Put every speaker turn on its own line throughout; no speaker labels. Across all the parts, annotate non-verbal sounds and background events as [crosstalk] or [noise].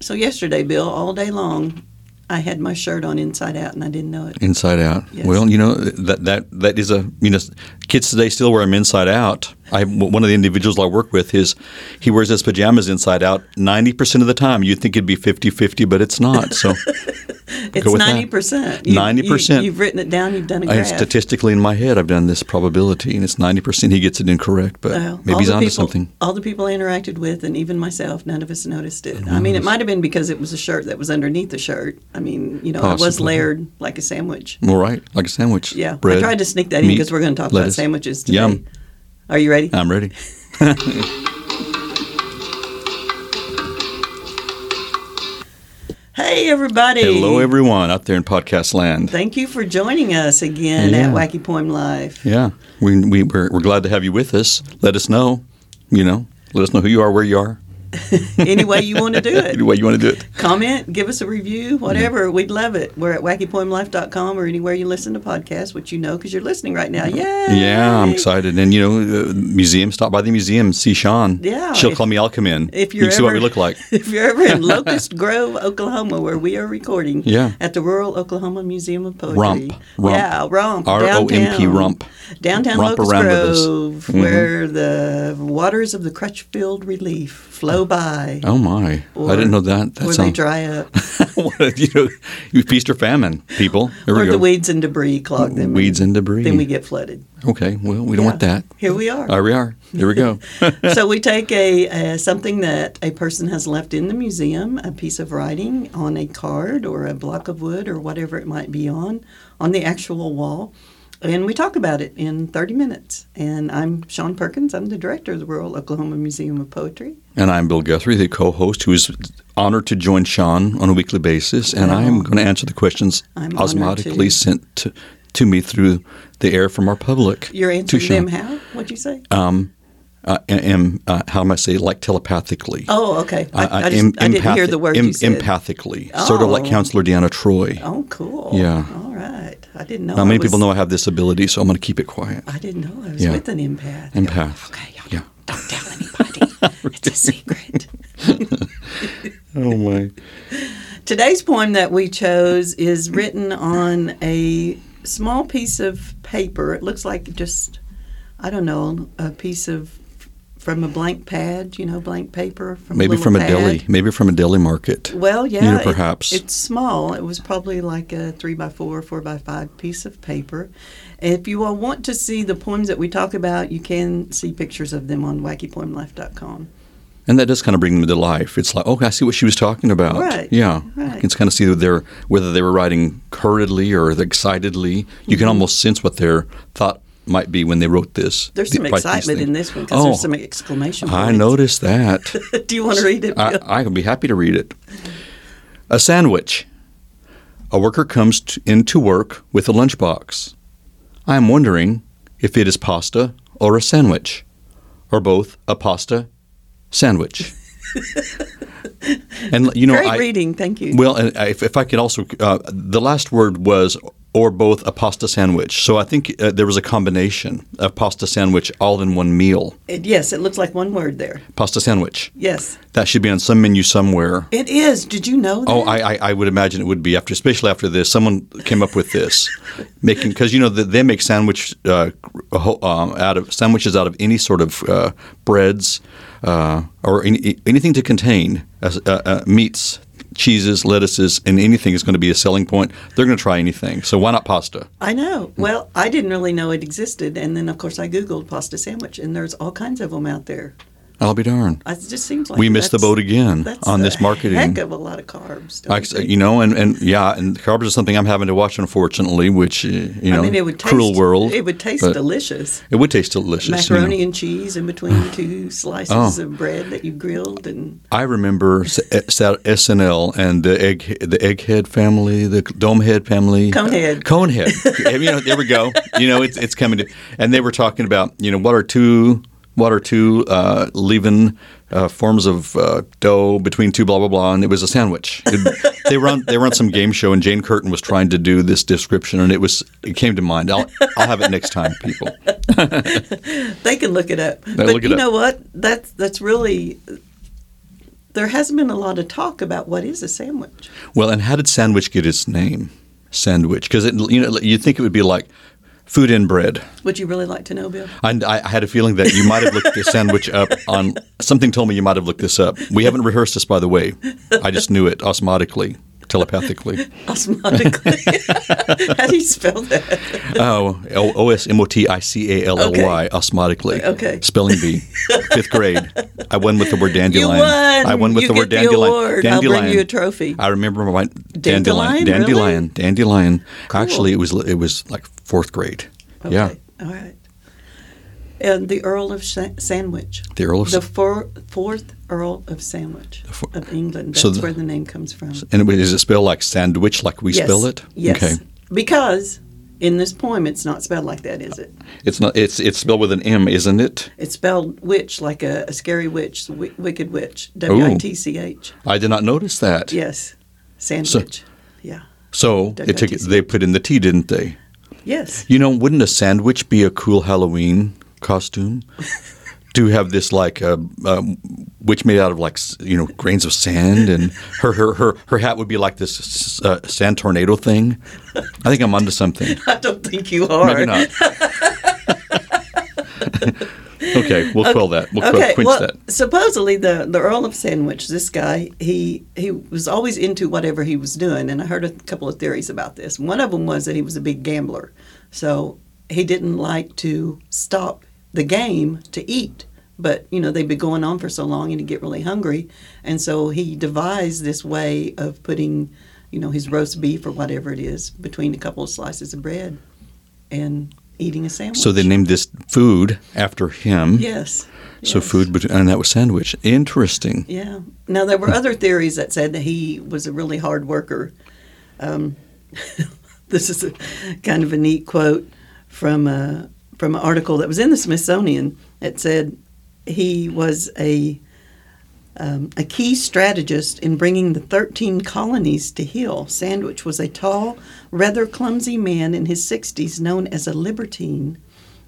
So yesterday, Bill, all day long, I had my shirt on inside out, and I didn't know it.
Inside out.
Yes.
Well, you know that that that is a you know kids today still wear them inside out. I one of the individuals I work with is he wears his pajamas inside out 90% of the time. You'd think it'd be 50-50, but it's not.
[laughs]
So
It's
with that.
ninety percent. Ninety
90%.
You've written it down. You've done a
I
graph.
had statistically in my head I've done this probability and it's 90% he gets it incorrect, but
Well,
maybe
all
he's
the
onto
people-
something.
All the people I interacted with, and even myself, none of us noticed it. I mean, it might have been because it was a shirt that was underneath the shirt. I mean, you know, it was
Possibly.
layered like a sandwich.
All right, like a sandwich.
Yeah,
Bread.
I tried to sneak that in
meat,
because we're going to talk about
lettuce.
sandwiches today.
Yum. Uh,
Are you ready? [laughs]
I'm ready.
Hey, everybody.
Hello everyone out there in podcast land.
Thank you for joining us again
Yeah.
at Wacky Poem Live.
Yeah, we, we, we're, we're glad to have you with us. Let us know, you know, let us know who you are, where you are,
Any way you want to do
[laughs]
it.
any way you want to do it.
Comment, give us a review, whatever. We'd love it. We're at wackypoemlife.com or anywhere you listen to podcasts, which you know because you're listening right now. Yay!
Yeah, I'm excited. And, you know, uh, museum, stop by the museum, see Sean.
Yeah,
She'll
if-
call me, I'll come in.
If
You
you're
can see what
ever-
we look like.
[laughs] If you're ever in Locust Grove, Oklahoma, where we are recording,
Yeah.
at the Rural Oklahoma Museum of Poetry,
Rump, rump.
yeah, Rump,
R O M P,
downtown.
rump.
downtown
Romp
Locust
around with us. Mm-hmm.
Grove, where the waters of the Crutchfield Relief flow by,
Oh, my. I
Or-
didn't know that. That
or they
sounds.
dry up,
What a- you, know, you feast or famine, people. [laughs] There
or
we go.
the weeds and debris clog them,
Weeds and debris.
then we get flooded.
okay, well, we don't want
Yeah.
that.
Here we are.
There we are. There
[laughs]
we go.
so we take a uh, something that a person has left in the museum, a piece of writing on a card or a block of wood or whatever it might be on, on the actual wall, and we talk about it in 30 minutes. And I'm Sean Perkins. I'm the director of the Rural Oklahoma Museum of Poetry.
And I'm Bill Guthrie, the co host, who is honored to join Sean on a weekly basis. And I am going to answer the questions
I'm honored
osmotically
too.
sent to, to me through the air from our public.
You're
to
answering
Sean.
them how? What'd you say?
Uh, I am, uh, how am I say, like telepathically.
oh, okay. I, I, just,
uh, em-
I didn't hear
empathic-
the word
em-
you said.
Empathically, sort of like
Oh.
Counselor Deanna Troy.
Oh, cool.
Yeah.
All right. I didn't know.
Now,
I
many
was-
people know I have this ability, so I'm going to keep it quiet.
I didn't know I was
Yeah.
with an empath.
Empath.
Okay, y'all
Yeah.
don't tell anybody. it's a
[laughs]
secret.
Oh, my.
Today's poem that we chose is written on a small piece of paper. It looks like just, I don't know, a piece of from a blank pad, you know, blank paper. From
Maybe
little
from a
pad.
deli. Maybe from a deli market.
Well, yeah,
know,
it-
perhaps.
it's small. It was probably like a three by four, four by five piece of paper. If you all want to see the poems that we talk about, you can see pictures of them on wackypoemlife.com.
And that does kind of bring them to life. It's like, oh, I see what she was talking about.
Right.
Yeah.
Right.
You can kind of see that they're, whether they were writing hurriedly or excitedly. You
Mm-hmm.
can almost sense what their thought might be when they wrote this.
There's
They
some
write these
excitement in
things.
this one because
oh,
there's some exclamation points. [laughs]
I noticed that.
Do you want to read it?
I,
Bill?
I would be happy to read it. A sandwich. A worker comes t- into work with a lunchbox. I am wondering if it is pasta or a sandwich, or both a pasta
[laughs]
sandwich. and you know,
Great
I,
reading, thank you.
well, and I- if, if I could also, uh, the last word was or both a pasta sandwich. So I think uh, there was a combination of pasta sandwich all in one meal.
It- yes, it looks like one word there.
Pasta sandwich.
Yes,
That should be on some menu somewhere.
it is. Did you know that?
Oh, I, I, I would imagine it would be after, especially after this. Someone came up with this, making because you know that they make sandwich uh, ho- um, out of sandwiches out of any sort of uh, breads uh, or any, anything to contain uh, uh, uh, meats, cheeses, lettuces, and anything is going to be a selling point. They're going to try anything. So why not pasta?
I know. Well, I didn't really know it existed, and then of course I googled pasta sandwich, and there's all kinds of them out there.
I'll be darned.
It just seems like
We missed the
that's-
boat again
that's
on
a
this marketing.
Heck of a lot of carbs. don't
I,
you think?
you know, and, and yeah, and carbs is something I'm having to watch, unfortunately. Which uh, you know,
I mean, it would taste,
cruel world.
It would taste
but
delicious.
It would taste delicious. you know.
Macaroni and cheese in between two slices
Oh.
of bread that you grilled, and
I remember S- eh, S- SNL and the egg the egghead family, the domehead family,
Conehead.
Conehead. you know, there we go. You know, it's it's coming. To, and they were talking about you know what are two what are two uh, leaven uh, forms of uh, dough between two blah blah blah, and it was a sandwich. It- they were on they were on some game show, and Jane Curtin was trying to do this description, and it was it came to mind. I'll I'll have it next time, people.
they can look it up. but
look it
you
up.
know what? That's that's really there hasn't been a lot of talk about what is a sandwich.
Well, and how did sandwich get its name? Sandwich, because you know you think it would be like food and bread.
Would you really like to know, Bill? [laughs]
And I, I had a feeling that you might have looked this sandwich up on something. Told me you might have looked this up. We haven't rehearsed this, by the way. I just knew it osmotically, telepathically.
Osmotically. [laughs] How do you spell that?
Oh, O S M O T I C A L L Y, osmotically.
Okay.
Spelling bee, fifth grade. I won with the word
You
dandelion.
won.
I won with
You
the word
get
dandelion.
award.
dandelion.
I'll bring you a trophy.
I remember my
Dandelion,
dandelion. Dandelion. Dandelion. Actually,
Cool.
it was it was like fourth grade. Yeah.
Okay, All right. And the Earl of Sa- Sandwich.
The Earl of
the
Sa-
four, fourth Earl of Sandwich
four-
of England. That's
So the-
where the name comes from.
And it- is it spelled like sandwich, like we
yes.
spell it?
Yes.
Okay.
Because in this poem, it's not spelled like that, is it?
It's not. It's it's spelled with an M, isn't it?
It's spelled witch, like a, a scary witch, w- wicked witch. W i t c h.
I did not notice that.
Yes. Sandwich. yeah.
So it took,
W-I-T-C.
they put in the T, didn't they?
Yes. [laughs]
You know, wouldn't a sandwich be a cool Halloween
[laughs]
costume? to have this like uh, um, witch made out of like s- you know grains of sand, and her her her, her hat would be like this s- s- uh, sand tornado thing. I think I'm onto
[laughs]
something.
I don't think you are.
Maybe
[laughs]
not. okay, we'll quell that. We'll quell
Okay,
quench
well,
that.
supposedly the the Earl of Sandwich, this guy, he he was always into whatever he was doing, and I heard a couple of theories about this. One of them was that he was a big gambler, so he didn't like to stop the game to eat. But you know they'd be going on for so long, and he'd get really hungry, and so he devised this way of putting, you know, his roast beef or whatever it is between a couple of slices of bread, and eating a sandwich.
So they named this food after him.
yes.
So
yes.
food, bet- and that was sandwich. Interesting.
Yeah. Now there were other theories that said that he was a really hard worker. Um, [laughs] this is a, kind of a neat quote from a, from an article that was in the Smithsonian that said he was a um, a key strategist in bringing the 13 colonies to heel. Sandwich was a tall, rather clumsy man in his 60s known as a libertine,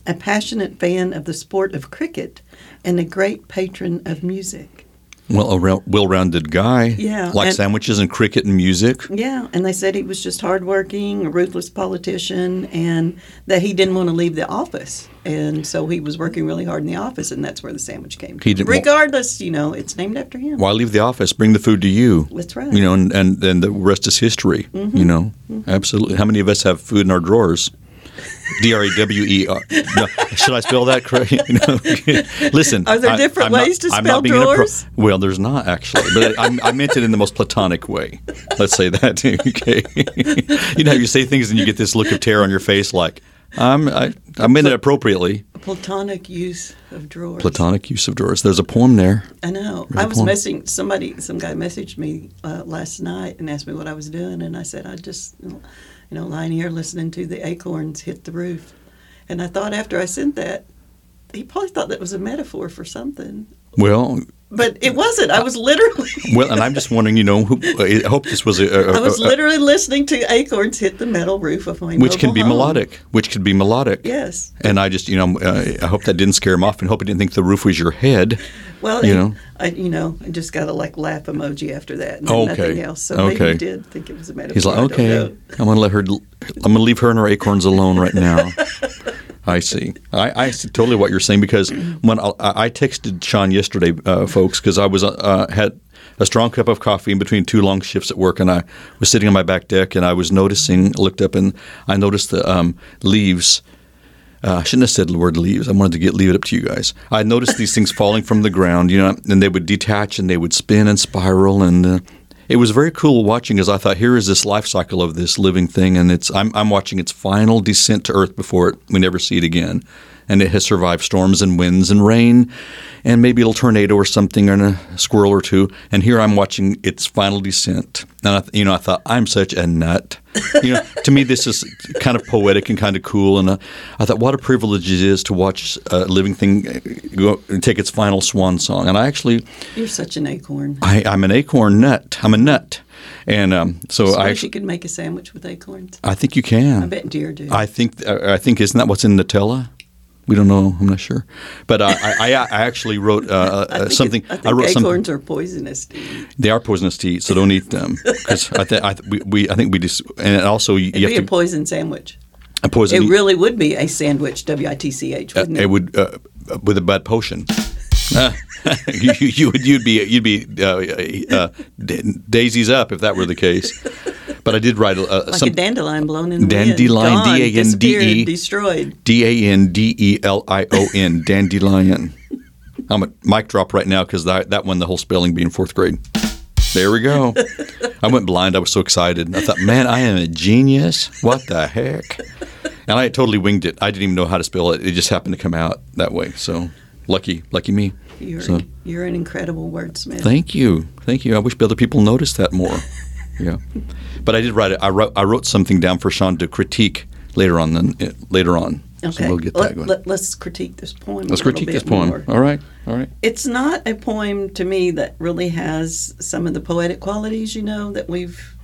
a passionate fan of the sport of cricket, and a great patron of music.
Well, a rou- well-rounded guy.
Yeah,
Like
and-
sandwiches and cricket and music.
Yeah, and they said he was just hardworking, a ruthless politician, and that he didn't want to leave the office, and so he was working really hard in the office, and that's where the sandwich came.
He
from.
didn't wa-
Regardless, you know, it's named after him.
why leave the office? Bring the food to you.
That's right.
You know, and and then the rest is history.
Mm-hmm.
You know, absolutely. How many of us have food in our
[laughs]
drawers? D R A W E R. No, Should I spell that correctly? [laughs] No. Listen.
Are there
I-
different
I'm not-
ways to
I'm
spell
not being inappro-
drawers?
well, there's not actually, but I, I meant it in the most platonic way. Let's say that. [laughs] Okay. you know, how you say things and you get this look of terror on your face, like I'm. I, I meant it appropriately.
Platonic use of drawers.
Platonic use of drawers. There's a poem there.
I know.
Good
I was
point.
messaging somebody. Some guy messaged me uh, last night and asked me what I was doing, and I said I just, you know, lying here listening to the acorns hit the roof, and I thought after I sent that, he probably thought that was a metaphor for something.
Well,
But it wasn't. I was literally.
[laughs] Well, and I'm just wondering, you know, who, I hope this was a, a,
[laughs] I was
a- a-
literally listening to acorns hit the metal roof of my
which can
mobile
be
home.
melodic, which could be melodic.
Yes.
And I just, you know, uh, I hope that didn't scare him off, and hope he didn't think the roof was your head.
Well,
You
you know,
know.
I, you know, I just got a like laugh emoji after that, and
Okay.
nothing else. So maybe
Okay.
he did think it was a metaphor.
He's like,
I don't
okay,
know.
I'm gonna let her, I'm gonna leave her and her acorns alone right now. I see. I, I see totally what you're saying because when I, I texted Sean yesterday, uh, folks, because I was uh, had a strong cup of coffee in between two long shifts at work, and I was sitting on my back deck, and I was noticing, looked up, and I noticed the um, leaves. Uh, I shouldn't have said the word leaves. I wanted to get leave it up to you guys. I noticed these things falling from the ground, you know, and they would detach and they would spin and spiral, and uh, it was very cool watching. As I thought, here is this life cycle of this living thing, and it's I'm I'm watching its final descent to earth before it, we never see it again, and it has survived storms and winds and rain, and maybe a little tornado or something and a squirrel or two, and here I'm watching its final descent, and I, th- you know I thought I'm such a nut you know, to me, this is kind of poetic and kind of cool. And uh, I thought, what a privilege it is to watch a living thing uh, go and take its final swan song. And I actually,
You're such an acorn.
I, I'm an acorn nut. I'm a nut, and um, so
I
I,
wish you
actually,
could make a sandwich with acorns.
I think you can.
I bet deer do.
I think, uh, I think, isn't that what's in Nutella? We don't know. I'm not sure. But uh, I, I, I actually wrote uh,
[laughs] I
uh,
think
something.
It, I think
wrote something.
acorns are poisonous. to eat.
They are poisonous to eat, so don't eat
[laughs]
them. Because I, th- I th- we, we I think we just and also you
It'd be a
have to
poison sandwich.
a poison.
It really would be a sandwich, W I T C H, wouldn't
it
it?
would uh, with a bad potion. [laughs] Uh, you, you would you'd be you'd be
[laughs]
uh, uh, da- daisies up if that were the case. But I did write uh,
Like
some
a dandelion blown in the
Dandelion,
wind. Gone,
D A N D E.
disappeared, destroyed.
D A N D E L I O N, dandelion. I'm a mic drop right now because that, that one, the whole spelling being fourth grade. There we go. I went blind. I was so excited. I thought, man, I am a genius. What the heck? And I totally winged it. I didn't even know how to spell it. It just happened to come out that way. So lucky, lucky me.
You're,
So-
you're an incredible wordsmith.
Thank you, thank you. I wish other people noticed that more. yeah, but I did write it. I wrote I wrote something down for Sean to critique later on. Then later on,
okay.
so we'll get
Let-
that going.
Let, us critique this poem.
Let's
a little
critique
bit
this poem.
more.
All right, all right.
It's not a poem to me that really has some of the poetic qualities, you know, that we've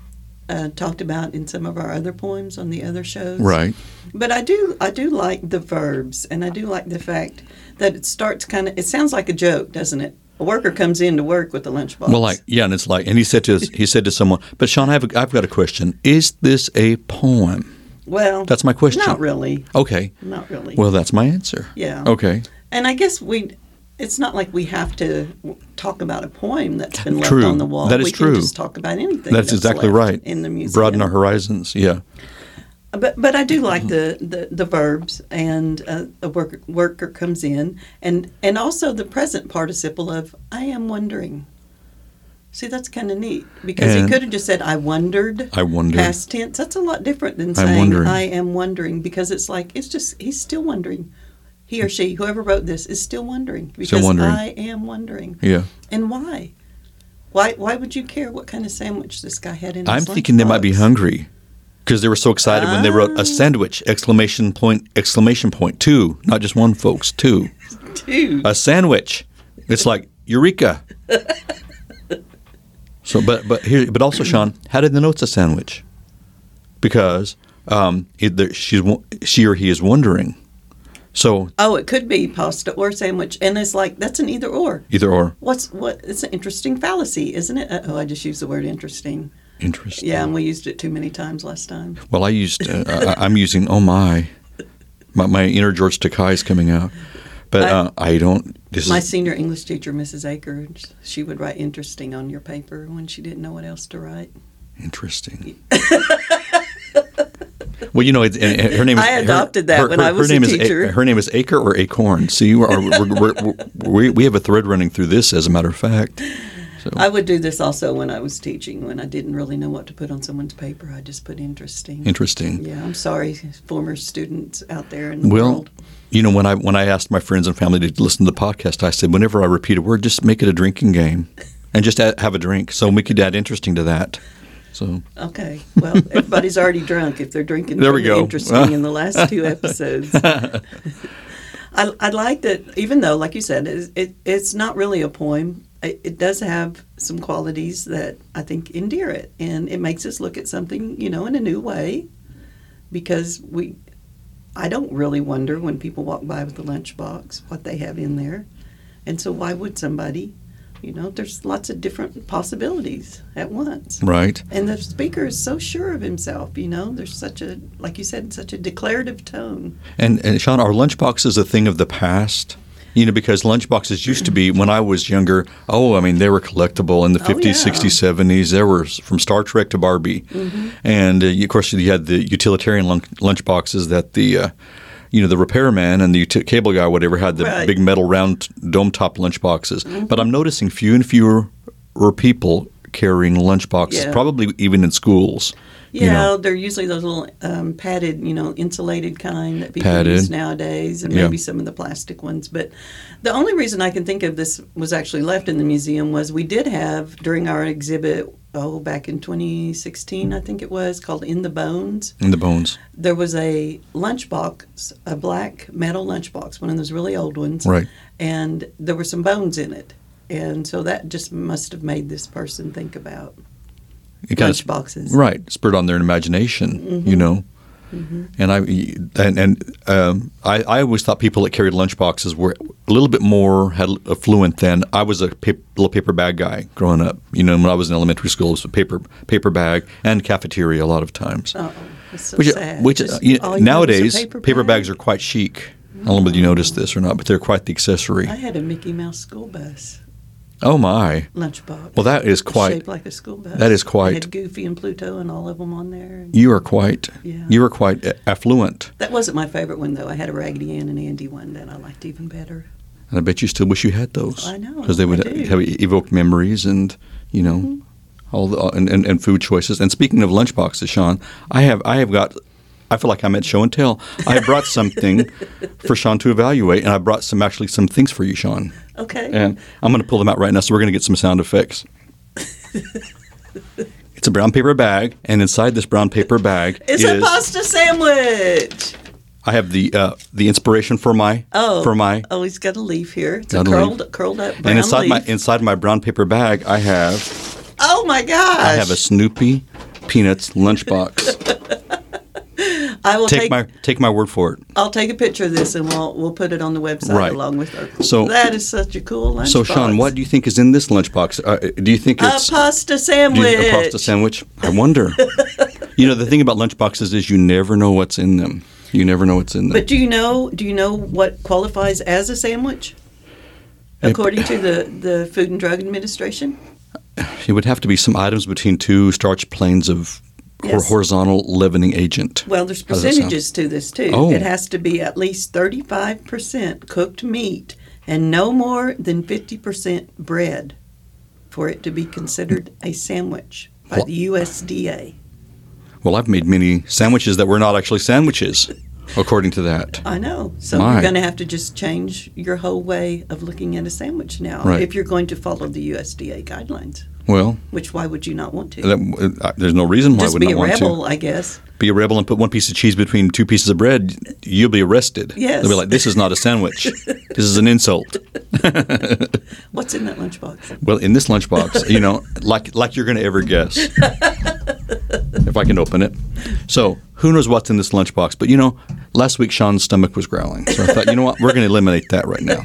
uh, talked about in some of our other poems on the other shows.
Right.
But I do I do like the verbs and I do like the fact that it starts kind of it sounds like a joke, doesn't it? A worker comes in to work with a lunchbox.
Well, like yeah, and it's like, and he said to us, he said to someone, but Sean, I've I've got a question. Is this a poem?
well,
That's my question.
Not really.
Okay.
Not really.
Well, that's my answer.
yeah.
Okay.
And I guess we it's not like we have to w- talk about a poem that's been left
True.
on the wall.
That is
we
true.
Can just talk about anything.
That's exactly
left
right.
In the museum.
Broaden our Mm-hmm. horizons. Yeah.
But but I do like the, the, the verbs and uh, a worker worker comes in and and also the present participle of I am wondering. See that's kind of neat because
And-
he could have just said I wondered.
I wondered.
Past tense. That's a lot different than saying
wondering.
I am wondering because it's like it's just he's still wondering. He or she, whoever wrote this, is still wondering because
wondering.
I am wondering
Yeah.
and why. Why why would you care what kind of sandwich this guy had in?
I'm
his
thinking they might be
lunchbox?
hungry because they were so excited when they
Ah.
wrote a sandwich exclamation point exclamation point two, not just one, folks, two.
Dude.
a sandwich. It's like eureka. so, but but here, but also, Sean, how did they know it's a sandwich? Because um, it, there, she's wo- she or he is wondering. So
Oh, it could be pasta or sandwich, and it's like that's an either or.
either or,
What's what? It's an interesting fallacy, isn't it? Uh, oh, I just used the word interesting.
interesting.
Yeah, and we used it too many times last time.
Well, I used uh, I, I'm using oh my, my my inner George Takai is coming out, but
I-
uh, I don't. This
My
is,
senior English teacher, Mrs. Akers, she would write interesting on your paper when she didn't know what else to write.
Interesting. [laughs] well, you know, it, and- and her name. Is,
I
her-
adopted that
her-
when
her-
I was
her name
a
is A-
teacher.
her name is Acre or Acorn. See, we are, we're, we're, we're, we we have a thread running through this, as a matter of fact. So,
I would do this also when I was teaching, when I didn't really know what to put on someone's paper. I just put interesting.
interesting.
Yeah, I'm sorry, former students out there in the
Well,
world.
you know, when I when I asked my friends and family to listen to the podcast, I said, whenever I repeat a word, just make it a drinking game, and just a- have a drink. So we could add interesting to that. So [laughs]
Okay. Well, everybody's already drunk if they're drinking.
There we
from the
go.
Interesting in the last
[laughs]
two episodes. I, I like that, even though, like you said, it, it, it's not really a poem. It, it does have some qualities that I think endear it, and it makes us look at something, you know, in a new way, because we. I don't really wonder when people walk by with a lunchbox what they have in there, and so why would somebody? You know, there's lots of different possibilities at once.
right.
And the speaker is so sure of himself, you know. There's such a, like you said, such a declarative tone.
And, and Sean, are lunchboxes a thing of the past? You know, because lunchboxes used to be when I was younger. Oh, I mean, they were collectible in the
Oh,
fifties,
yeah.
sixties, seventies. There were s- from Star Trek to Barbie,
Mm-hmm.
and uh, you- of course you had the utilitarian lun- lunchboxes that the. Uh, you know the repairman and the uti- cable guy, whatever, had the
Right. Mm-hmm.
big metal round dome top lunchboxes. But I'm noticing fewer and fewer fewer people carrying lunchboxes,
Yeah.
probably even in schools.
Yeah,
know.
they're usually those little um, padded, you know, insulated kind that people
Padded.
use nowadays, and
Yeah.
maybe some of the plastic ones. But the only reason I can think of this was actually left in the museum was we did have during our exhibit, oh, back in 2016, I think it was, called In the Bones.
In the bones,
There was a lunchbox, a black metal lunchbox, one of those really old ones.
right?
and there were some bones in it. And so that just must have made this person think about
It kind of
lunch boxes. Mm-hmm.
Right, spurred on their imagination, you know. And I and, and um, I, I always thought people that carried lunchboxes were a little bit more had affluent than I was a pa- little paper bag guy growing up. You know, when I was in elementary school, it was a paper paper bag and cafeteria a lot of times.
Oh, that's so
which
sad.
which
Just
uh, you know,
all you need is a
nowadays paper,
bag.
bags are quite chic. I don't know whether you noticed this or not, but they're quite the accessory.
I had a Mickey Mouse school bus
oh my!
lunchbox.
Well, that is quite.
shaped like a school bus.
that is
It
quite-
had Goofy and Pluto and all of them on there. And
You are quite.
Yeah.
You are quite affluent,
that wasn't my favorite one though. I had a Raggedy Ann and Andy one that I liked even better.
and I bet you still wish you had those.
Oh, I know,
because they would
I do. Mm-hmm.
have evoked memories and you know all the and, and, and food choices. And speaking of lunchboxes, Sean, I have I have got. I feel like I'm at show and tell.
[laughs]
I brought something for Sean to evaluate, and I brought some actually some things for you, Sean.
Okay.
And I'm going to pull them out right now, so we're going to get some sound
[laughs]
effects. it's a brown paper bag, and inside this brown
[laughs]
paper bag
it's a
is
pasta sandwich.
I have the uh, the inspiration for my
Oh.
for my
Oh, he's got a leaf here. It's
Got
a
a leaf.
curled curled up brown
and inside
leaf.
my inside my brown paper bag I have
oh my gosh.
I have a Snoopy peanuts lunchbox.
I will [laughs]
take,
take
my take my word for it.
I'll take a picture of this and we'll we'll put it on the website
Right.
along with our.
So-
that is such a cool lunchbox.
So Sean, what do you think is in this lunchbox? Uh, do you think
A
it's
pasta
do
sandwich.
you- a pasta sandwich?
[laughs]
I wonder. you know the thing about lunchboxes is you never know what's in them. You never know what's in them.
But do you know do you know what qualifies as a sandwich?
It-
According to
[laughs]
the, the Food and Drug Administration?
It would have to be some items between two starch planes of hor-
Yes.
horizontal leavening agent.
Well, there's
How does that sound?
percentages to this too.
Oh.
It has to be at least 35% cooked meat and no more than 50% bread for it to be considered a sandwich by
Wha-
the USDA.
Well, I've made many sandwiches that were not actually sandwiches, according to that.
I know. So
My.
you're going to have to just change your whole way of looking at a sandwich now
Right.
if you're going to follow the USDA guidelines,
Well,
which why would you not want to?
that, uh, there's no reason why I
just
would
be
not
a
want
rebel, I guess.
to be a rebel and put one piece of cheese between two pieces of bread. You'll be arrested.
Yes.
They'll be like, "This is not a
[laughs]
sandwich. this is an insult."
What's in that lunchbox?
Well, in this lunchbox, you know, like like you're going to ever guess. if I can open it. So, who knows what's in this lunchbox? But you know, last week Sean's stomach was growling, so I thought, you know what, we're going to eliminate that right now.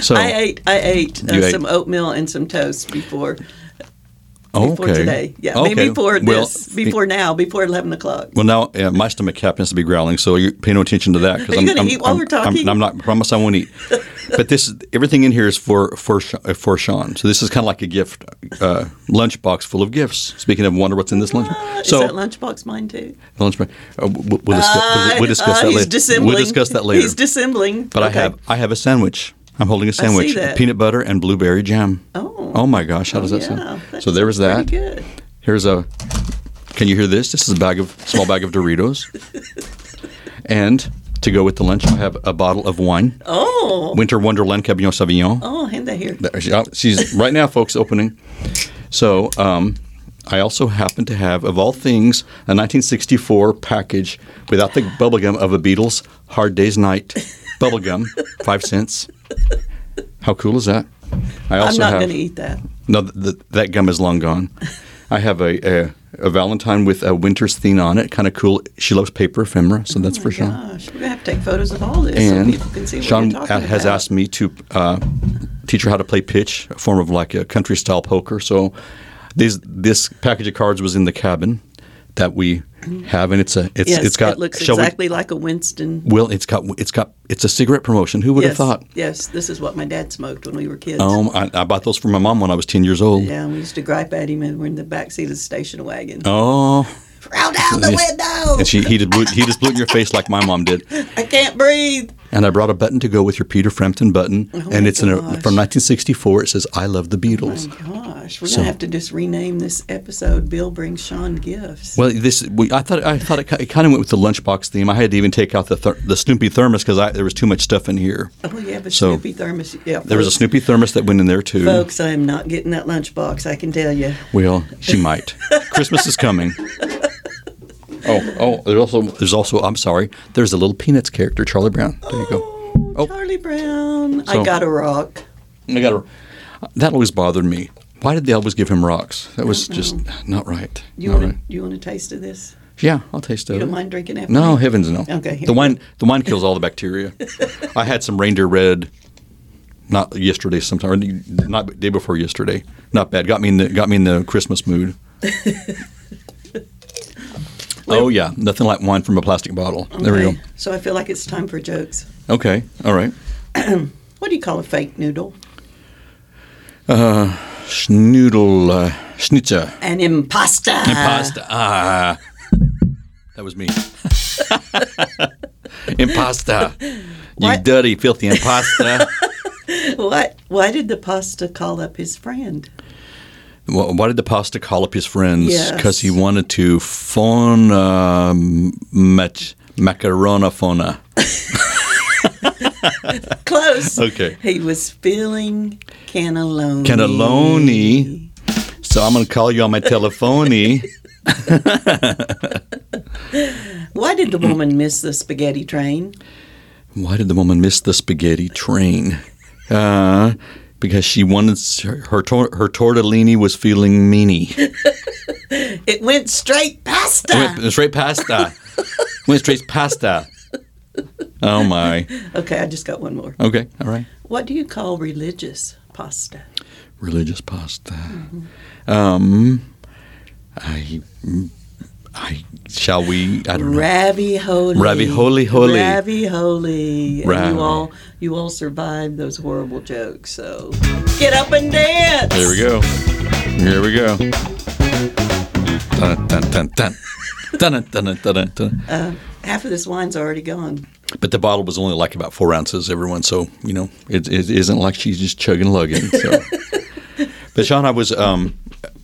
So,
I ate I ate,
You
uh,
ate-
some oatmeal and some toast before
okay.
before today. Yeah, I mean,
okay.
before
well,
this, before now, before eleven o'clock.
Well, now yeah, my stomach happens to be growling, so you pay no attention to that. 'cause
Are you
I'm-
gonna
I'm-
eat while
I'm-
we're talking?
I'm, I'm not. Promise, I
[laughs]
won't eat. but this, everything in here is for for Sh- uh, for Sean. So this is kind of like a gift uh, lunchbox full of gifts. Speaking of, wonder what's in this lunch.
Ah,
so
is that lunchbox mine too?
lunchbox. Uh, we'll, we'll discuss, we'll,
Ah,
we'll discuss
ah,
that
he's
later.
Dissembling.
We'll discuss that later.
He's dissembling.
but
Okay.
I have I have a sandwich. I'm holding a sandwich:
that.
peanut butter and blueberry jam.
Oh.
my gosh! How does that
yeah,
sound?
that
so there was
sounds
that.
pretty Good.
Here's a. Can you hear this? This is a bag of small bag of Doritos. and to go with the lunch, I have a bottle of wine,
Oh,
Winter Wonderland Cabernet Sauvignon.
oh, hand that here.
There she- oh, She's right now, folks, opening. So um, I also happen to have, of all things, a 1964 package without the bubblegum of a Beatles Hard Day's Night bubblegum, five cents. How cool is that? I
I'm
also
not
have.
going to eat that.
No, th- th- that gum is long gone. I have a, a, a Valentine with a winter's theme on it. Kind of cool. She loves paper ephemera, so that's for Sean.
Oh Gosh, we're going to have to take photos of all this so people can see
And
what
Sean
you're talking
has
about.
asked me to uh, teach her how to play pitch, a form of like a country style poker. So these, this package of cards was in the cabin that we have, and it's a it's
Yes,
it's got
it looks
shall we-
exactly like a Winston.
Will it's got it's got it's a cigarette promotion. Who would
Yes,
have thought?
yes, this is what my dad smoked when we were kids.
Um, I, I bought those for my mom when I was ten years old.
Yeah, we used to gripe at him, and we're in the back seat of the station wagon.
Oh.
Roll down the
Yeah.
window.
And she, he, just blew, he just blew it in your face like my mom did.
I can't breathe.
And I brought a button to go with your Peter Frampton button.
Oh
and
my
it's in a,
gosh. Oh
from 1964. It says, I love the Beatles.
Gosh, we're
Oh. So-
gonna have to just rename this episode. Bill brings Sean gifts.
Well, this we, I thought I thought it, ki- it kind of went with the lunchbox theme. I had to even take out the ther- the Snoopy thermos because there was too much stuff in here.
oh, you have a
so-
Snoopy thermos. Yeah,
There was a
folks-
Snoopy thermos that went in there too.
Folks, I am not getting that lunchbox. I can tell you.
Well, she
[laughs]
might. Christmas is coming. Oh, oh, there's also there's also I'm sorry. There's a little Peanuts character, Charlie Brown. There you go.
[gasps] Oh,
Oh.
Charlie Brown.
So-
I got a rock.
I got that always bothered me. Why did they always give him rocks? That was just not right.
You
not
want
right.
to? You want a taste of this?
Yeah, I'll taste
You
it.
don't mind drinking after?
No, heavens no.
Okay, here
The
we
wine the wine kills all
[laughs]
the bacteria. I had some reindeer red not yesterday sometime or not day before yesterday. Not bad. Got me in the got me in the Christmas
[laughs]
mood. oh yeah, nothing like wine from a plastic bottle. There we go.
Okay, So I feel like it's time for jokes.
Okay. All right.
What do you call a fake noodle?
Schnoodle uh, schnitzer.
An impasta.
Impasta. Ah. That was me.
[laughs]
[laughs] impasta. You
What?
dirty, filthy
[laughs]
impasta.
What? Why did the pasta call up his friend?
Wh- Why did the pasta call up his friends?
Yes.
Because he wanted to phone uh, mac- macarona phona.
Close.
Okay.
He was feeling cannelloni.
Cannelloni. So I'm going to call you on my telephone.
Why did the woman miss the spaghetti train?
[laughs] Why did the woman miss the spaghetti train? Uh, because she wanted s- her tor- her tortellini was feeling meany.
It went straight pasta.
Went straight pasta. Went straight pasta. Oh my.
Okay, I just got one more.
Okay. All right.
What do you call religious pasta?
religious pasta. Um, I, I shall we? I don't know.
Ravioli.
Ravioli.
Ravioli. And
Ravi-
you all you all survived those horrible jokes. So get up and dance.
Here we go. Here we go. Dun, dun, dun, dun. Dun, dun, dun, dun, dun, dun.
Half of this wine's already gone.
But the bottle was only like about four ounces, everyone. So you know, it, it isn't like she's just chugging lugging. So. but Sean, I was um,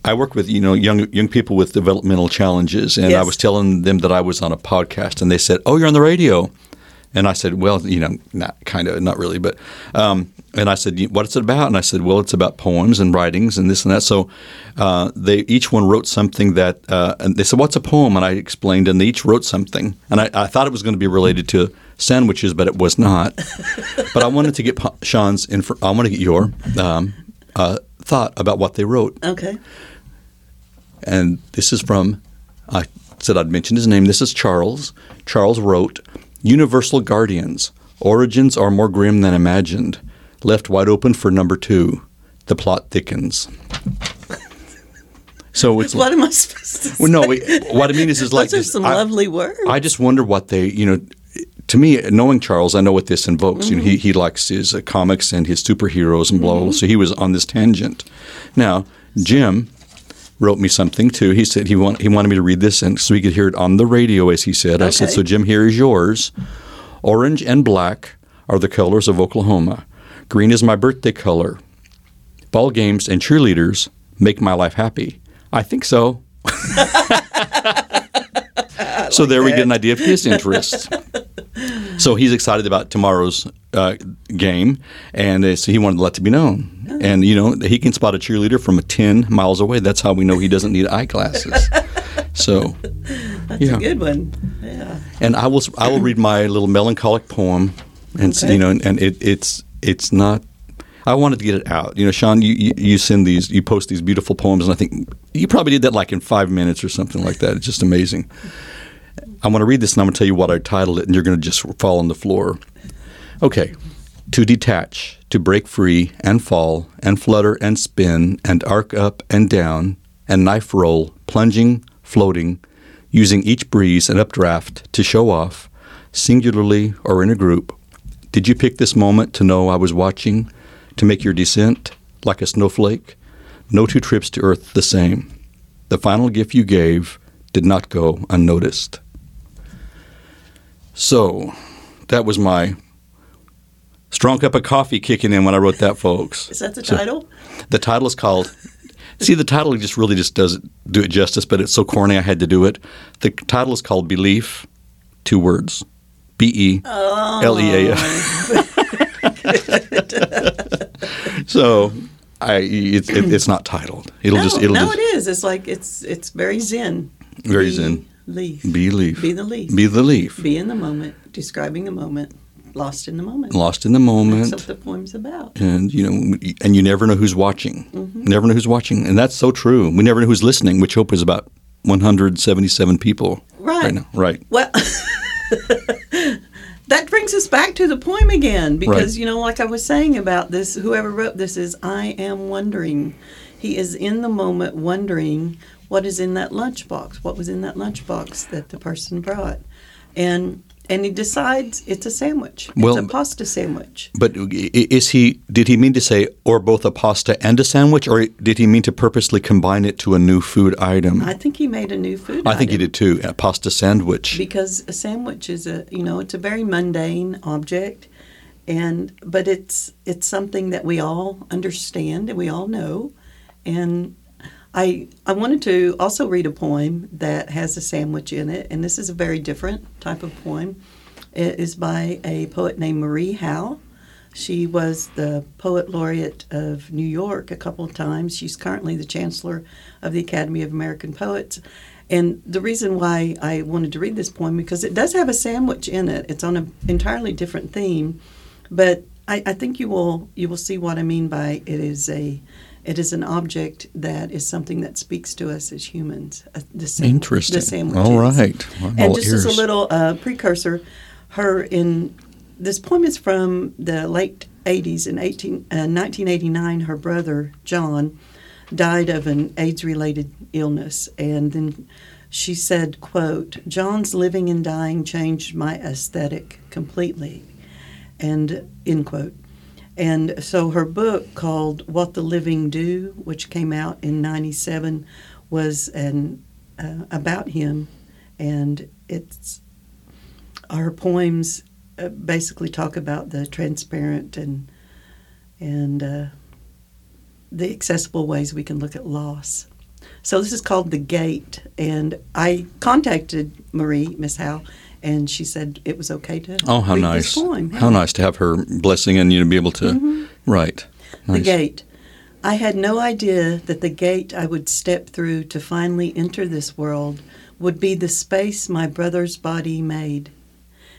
I work with you know young young people with developmental challenges, and I
Yes.
was telling them that I was on a podcast, and they said, "Oh, you're on the radio," and I said, "Well, you know, not kind of, not really, but." Um, and I said, "What's it about?" And I said, "Well, it's about poems and writings and this and that." So uh, they each one wrote something that, uh, and they said, "What's a poem?" And I explained, and they each wrote something, and I, I thought it was going to be related to sandwiches, but it was not. but I wanted to get Pa- Sean's, inf- I want to get your um, uh, thought about what they wrote.
Okay.
And this is from, I said I'd mention his name. This is Charles. Charles wrote Universal Guardians. Origins are more grim than imagined. Left wide open for number two. The plot thickens. [laughs] So it's
What am I supposed to say?
well, no. It, what I mean is, is like
Those are
this-
some
I-
lovely words.
I just wonder what they, you know, to me, knowing Charles, I know what this invokes. You know,
Mm-hmm.
he, he likes his uh, comics and his superheroes and blah, blah, blah. So he was on this tangent. Now, Jim wrote me something too. He said he, want, he wanted me to read this and so he could hear it on the radio, as he said. I said,
Okay.
So, Jim, here is yours. Orange and black are the colors of Oklahoma. Green is my birthday color. Ball games and cheerleaders make my life happy. I think so. so there we get an idea of his interests. so he's excited about tomorrow's uh, game, and uh, so he wanted to let it be known. And you know he can spot a cheerleader from ten miles eyes away. That's how we know he doesn't need eyeglasses. so, yeah.
Good one. Yeah.
And I will I will read my little melancholic poem, and s-
Okay.
you know, and, and it, it's it's not. I wanted to get it out. You know, Sean, you, you you send these, you post these beautiful poems, and I think you probably did that like in five minutes or something like that. It's just amazing. I'm going to read this, and I'm going to tell you what I titled it, and you're going to just fall on the floor. Okay. To detach, to break free and fall and flutter and spin and arc up and down and knife roll, plunging, floating, using each breeze and updraft to show off, singularly or in a group. Did you pick this moment to know I was watching, to make your descent like a snowflake? No two trips to earth the same. The final gift you gave did not go unnoticed. So, that was my strong cup of coffee kicking in when I wrote that, folks.
Is that the
So-
title?
The title is called. See, the title just really just doesn't do it justice, but it's so corny I had to do it. The title is called "Belief," two words, B E L E A F.
Oh.
So, I it's it, it's not titled. It'll
no,
just it'll
no
just
it is. It's like it's it's very zen.
Very
Be
zen.
Leaf.
belief.
Be the leaf.
Be the leaf.
Be in the moment, describing a moment, lost in the moment.
Lost in the moment.
That's what the poem's about.
and you know and you never know who's watching
Mm-hmm.
never know who's watching and that's so true we never know who's listening which hope is about 177 people
right.
right now. Right.
Well, [laughs] that brings us back to the poem again because, you know, like I was saying about this, whoever wrote this is I am wondering. He is in the moment wondering what is in that lunchbox, what was in that lunchbox that the person brought. And and he decides it's a sandwich. It's
Well,
a pasta sandwich.
But i- is he? Did he mean to say, or both a pasta and a sandwich, or did he mean to purposely combine it to a new food item?
I think he made a new food.
I think he
item.
did too. A pasta sandwich.
because a sandwich is a you know it's a very mundane object and but it's it's something that we all understand and we all know and i i wanted to also read a poem that has a sandwich in it and this is a very different type of poem it is by a poet named marie howe she was the poet laureate of New York a couple of times. She's currently the chancellor of the Academy of American Poets. And the reason why I wanted to read this poem because it does have a sandwich in it. It's on an entirely different theme, but I, I think you will you will see what I mean by it is a it is an object that is something that speaks to us as humans. Uh, the sandwich,
Interesting.
The sandwich.
All
is.
right. I'm
And
all
just as a
ears.
little uh, precursor, her in this poem is from the late 80s. In 18, uh, 1989, her brother John died of an AIDS-related illness, and then she said, "quote John's living and dying changed my aesthetic completely." and end quote. And so her book called What the Living Do, which came out in 97, was an, uh, about him. And it's her poems uh, basically talk about the transparent and, and uh, the accessible ways we can look at loss. So this is called The Gate. And I contacted Marie, Miss Howe, and she said it was okay to
Oh, how
read
nice!
this poem.
How nice to have her blessing and you know be able to. Right. Nice.
Mm-hmm. The gate. I had no idea that the gate I would step through to finally enter this world would be the space my brother's body made.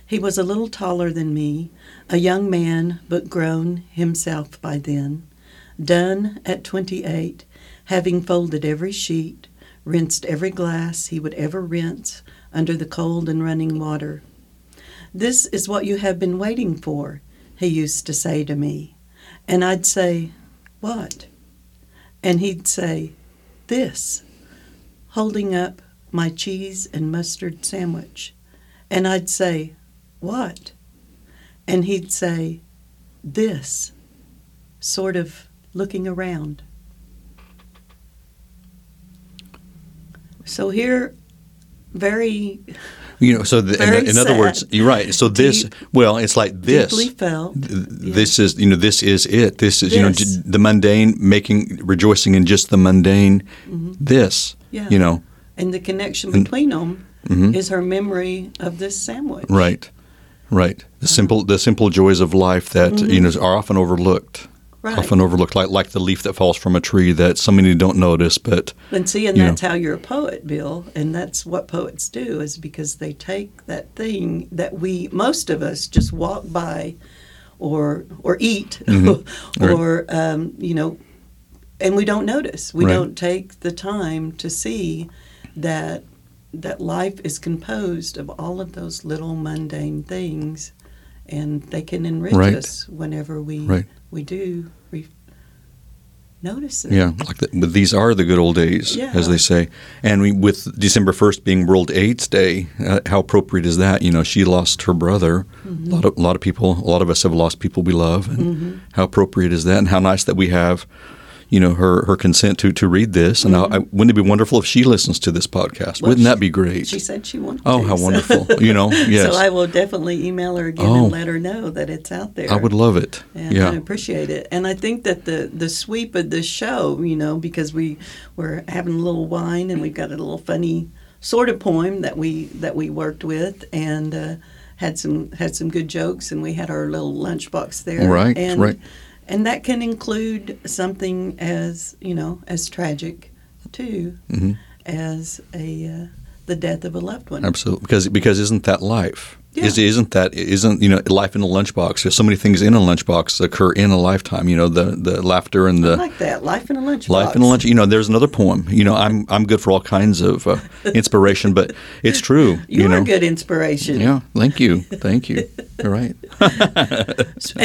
He was a little taller than me, a young man, but grown himself by then. Done at 28, having folded every sheet, rinsed every glass he would ever rinse under the cold and running water. This is what you have been waiting for, he used to say to me. And I'd say, What? And he'd say, This, holding up my cheese and mustard sandwich. And I'd say, What? And he'd say, This, sort of looking around. So here, very
You know. So the, in,
Very
in other words,
sad.
you're right. So this.
Deep-
well, it's like this.
deeply felt.
Th- This is you know this is it. This is you know
This.
j- the mundane making rejoicing in just the mundane. This.
Mm-hmm. Yeah.
You know.
And the connection
And- Mm-hmm.
between them is her memory of this sandwich.
Right. Right. The simple the simple joys of life that you know are often overlooked.
Mm-hmm. Right.
Often overlooked, like like the leaf that falls from a tree that so many don't notice, but
And see, and
you
that's how you're a poet, Bill. And that's what poets do is because they take that thing that we most of us just walk by, or or eat, [laughs]
Mm-hmm.
or um, you know, and we don't notice. We
Right.
don't take the time to see that that life is composed of all of those little mundane things, and they can enrich
Right.
us whenever we
Right.
we do re- notice them.
Yeah, like the, but these are the good old days,
Yeah.
as they say. And we, with December first being World AIDS Day, uh, how appropriate is that? You know, she lost her brother.
Mm-hmm.
A lot of a lot of people, a lot of us have lost people we love, and how appropriate is that? And how nice that we have, you know, her her consent to to read this. And I, I, wouldn't it be wonderful if she listens to this podcast?
Mm-hmm. Well,
wouldn't
she-
that be great?
She said she wanted
oh,
to.
how
so-
wonderful! you
[laughs]
know, yes,
So I will definitely email her again
Oh.
and let her know that it's out there.
I would love it.
And I appreciate it. And I think that the, the sweep of the show, you know, because we we're having a little wine and we've got a little funny sort of poem that we that we worked with and uh, had some had some good jokes and we had our little lunchbox there.
Right,
and,
right.
And that can include something as you know as tragic, too,
Mm-hmm.
as a uh, the death of a loved one.
Absolutely, because because isn't that life?
Yeah.
Is, isn't that isn't you know life in a lunchbox? There's so many things in a lunchbox that occur in a lifetime. You know the the laughter and the
I like that. Life in a lunchbox.
Life in a lunch. You know, there's another poem. You know, I'm I'm good for all kinds of
[laughs]
uh, inspiration, but it's true.
You,
You,
are
know.
good inspiration.
Yeah. Thank you. Thank you. All
[laughs]
right.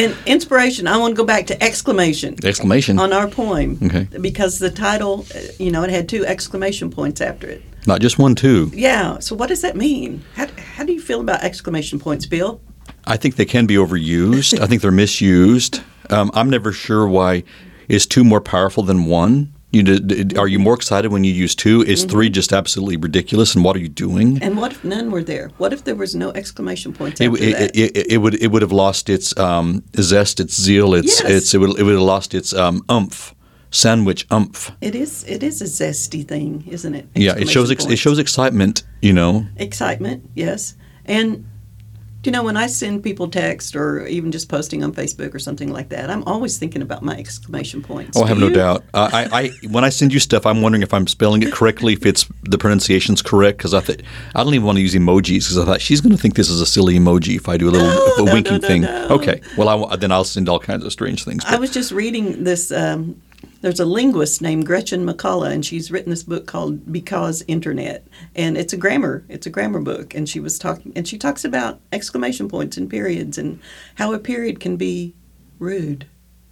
And inspiration, I want to go back to exclamation
Exclamation.
on our poem.
Okay.
Because the title, uh, you know, it had two exclamation points after it.
Not just one, two.
Yeah. So what does that mean? How, how do you feel about exclamation points, Bill?
I think they can be overused. I think they're misused. Um, I'm never sure why is two more powerful than one. You d- d- are you more excited when you use two? Is three just absolutely ridiculous? And what are you doing?
And what if none were there? What if there was no exclamation points
it,
after
it,
that?
It, it, it would it would have lost its um, zest, its zeal, its
Yes.
its it would it would have lost its um, umph, sandwich umph.
it is. It is a zesty thing, isn't it?
Yeah, it shows ex-
Exclamation
it
points.
shows excitement. You know,
excitement. Yes, and you know when I send people text or even just posting on Facebook or something like that, I'm always thinking about my exclamation points.
oh, I have
Do
no
you?
doubt. I, I, I when I send you stuff, I'm wondering if I'm spelling it correctly, if it's the pronunciation's correct, because I thought I don't even want to use emojis because I thought she's going to think this is a silly emoji if I do a little
No,
a
no,
winking
no, no,
thing.
no.
Okay, well I wa- then I'll send all kinds of strange things.
I
But
was just reading this. Um, there's a linguist named Gretchen McCullough, and she's written this book called Because Internet, and it's a grammar. It's a grammar book, and she was talking, and she talks about exclamation points and periods and how a period can be rude.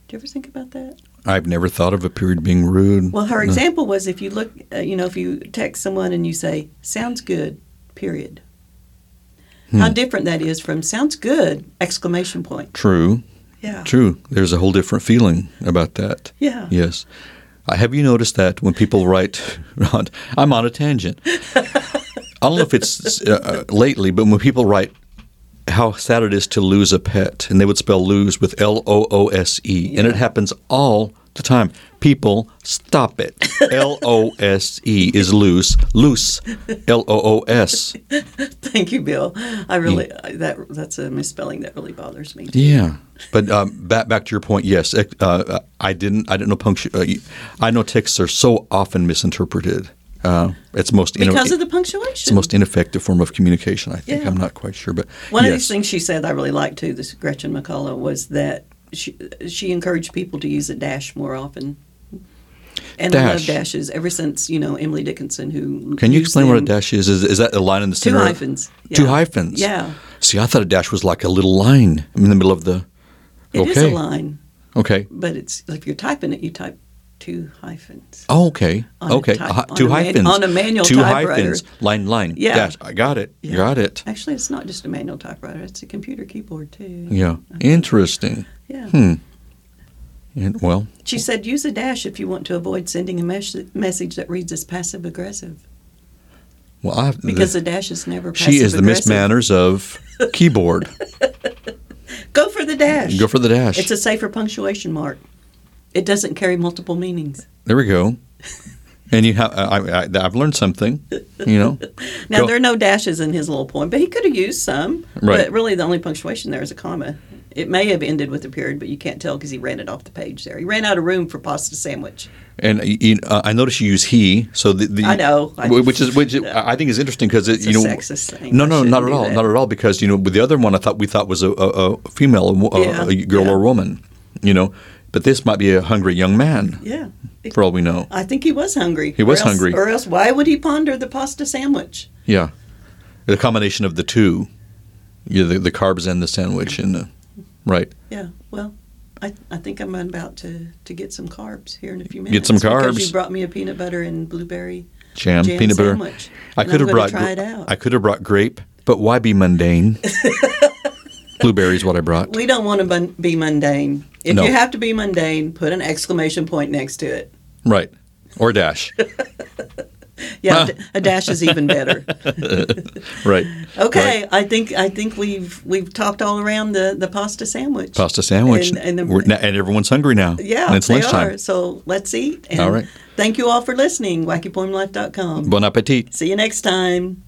Do you ever think about that?
I've never thought of a period being rude.
Well, her
No.
example was if you look, uh, you know, if you text someone and you say, sounds good, period.
Hmm.
How different that is from sounds good, exclamation point.
True.
Yeah.
True. There's a whole different feeling about that.
Yeah. [laughs]
Yes. Uh, Have you noticed that when people write, [laughs] on- I'm on a tangent. I don't know if it's uh, uh, lately, but when people write how sad it is to lose a pet, and they would spell lose with L O O S E, and it happens all the time. People, stop it. L O S E is loose. Loose. L O O S.
Thank you, Bill. I really,
Hmm.
I that that's a misspelling that really bothers me.
Yeah, but um, back back to your point. Yes, ec- uh, I didn't. I didn't know punctu- uh, you- I know texts are so often misinterpreted. Uh, it's most ino-
Because of the
it's
punctuation.
the most ineffective form of communication. I think
Yeah.
I'm not quite sure, but
One
yes.
of these things she said I really liked too, this Gretchen McCullough, was that she, she encouraged people to use a dash more often. And I love
Dash.
dashes ever since, you know, Emily Dickinson, who.
Can you
used
explain what a
them.
dash is? Is, is that a line in the
Two
center? of-
hyphens.
Two
Yeah.
hyphens.
Yeah.
See, I thought a dash was like a little line in the middle of the.
It
okay.
is a line.
Okay.
but it's if you're typing it, you type two hyphens.
Oh, okay.
On a
okay.
ty-
A hy-
on
two
a man-
hyphens.
on a manual
Two
typewriter.
hyphens. Line, line.
Yeah.
Dash. I got it.
Yeah.
Got it.
Actually, it's not just a manual typewriter; it's a computer keyboard too.
Yeah. Interesting.
Yeah.
And, well,
She said, use a dash if you want to avoid sending a mes- message that reads as passive aggressive,
well, I have
because a dash is never.
She is the Miss
passive-aggressive.
Manners
[laughs]
of keyboard.
Go for the dash.
Go for the dash.
It's a safer punctuation mark. It doesn't carry multiple meanings.
there we go. And you have I, I, I've learned something, you know.
Now
Go-
there are no dashes in his little poem, but he could have used some.
Right.
But really, the only punctuation there is a comma. It may have ended with a period, but you can't tell because he ran it off the page there. He ran out of room for pasta sandwich.
And you, uh, I noticed you use he. So the, the
I know. I-
which is which
No.
I think is interesting because it
It's
you
a
know
sexist thing.
no
I
no not
shouldn't
at
do
all
that.
not at all because you know with the other one I thought we thought was a, a, a female a, wo- a-
Yeah,
a girl
yeah.
or woman you know but this might be a hungry young man
Yeah.
for all we know
I think he was hungry.
He was
Or else-
hungry.
Or else, why would he ponder the pasta sandwich?
yeah the combination of the two you know, the, the carbs and the sandwich and the, right
Yeah. Well, I, I think I'm about to, to get some carbs here in a few minutes.
Get some
Because
carbs.
you brought me a peanut butter and blueberry
jam,
jam
peanut butter.
sandwich.
I
And
could
I'm
have
gonna
brought.
Try
gr-
it out.
I could have brought grape, but why
[laughs]
be mundane? Blueberries, what I brought.
We don't want to bun- be mundane. If
No.
you have to be mundane, put an exclamation point next to it.
Right, or dash.
Yeah, d- a dash is even
[laughs]
better.
Right.
Okay,
Right.
I think I think we've we've talked all around the, the pasta sandwich.
Pasta sandwich,
And- and
and,
the-
and everyone's hungry now.
Yeah,
and it's
they
lunchtime.
are. So let's eat. And
All right.
Thank you all for listening. WackyPoemLife.com.
Bon appetit.
See you next time.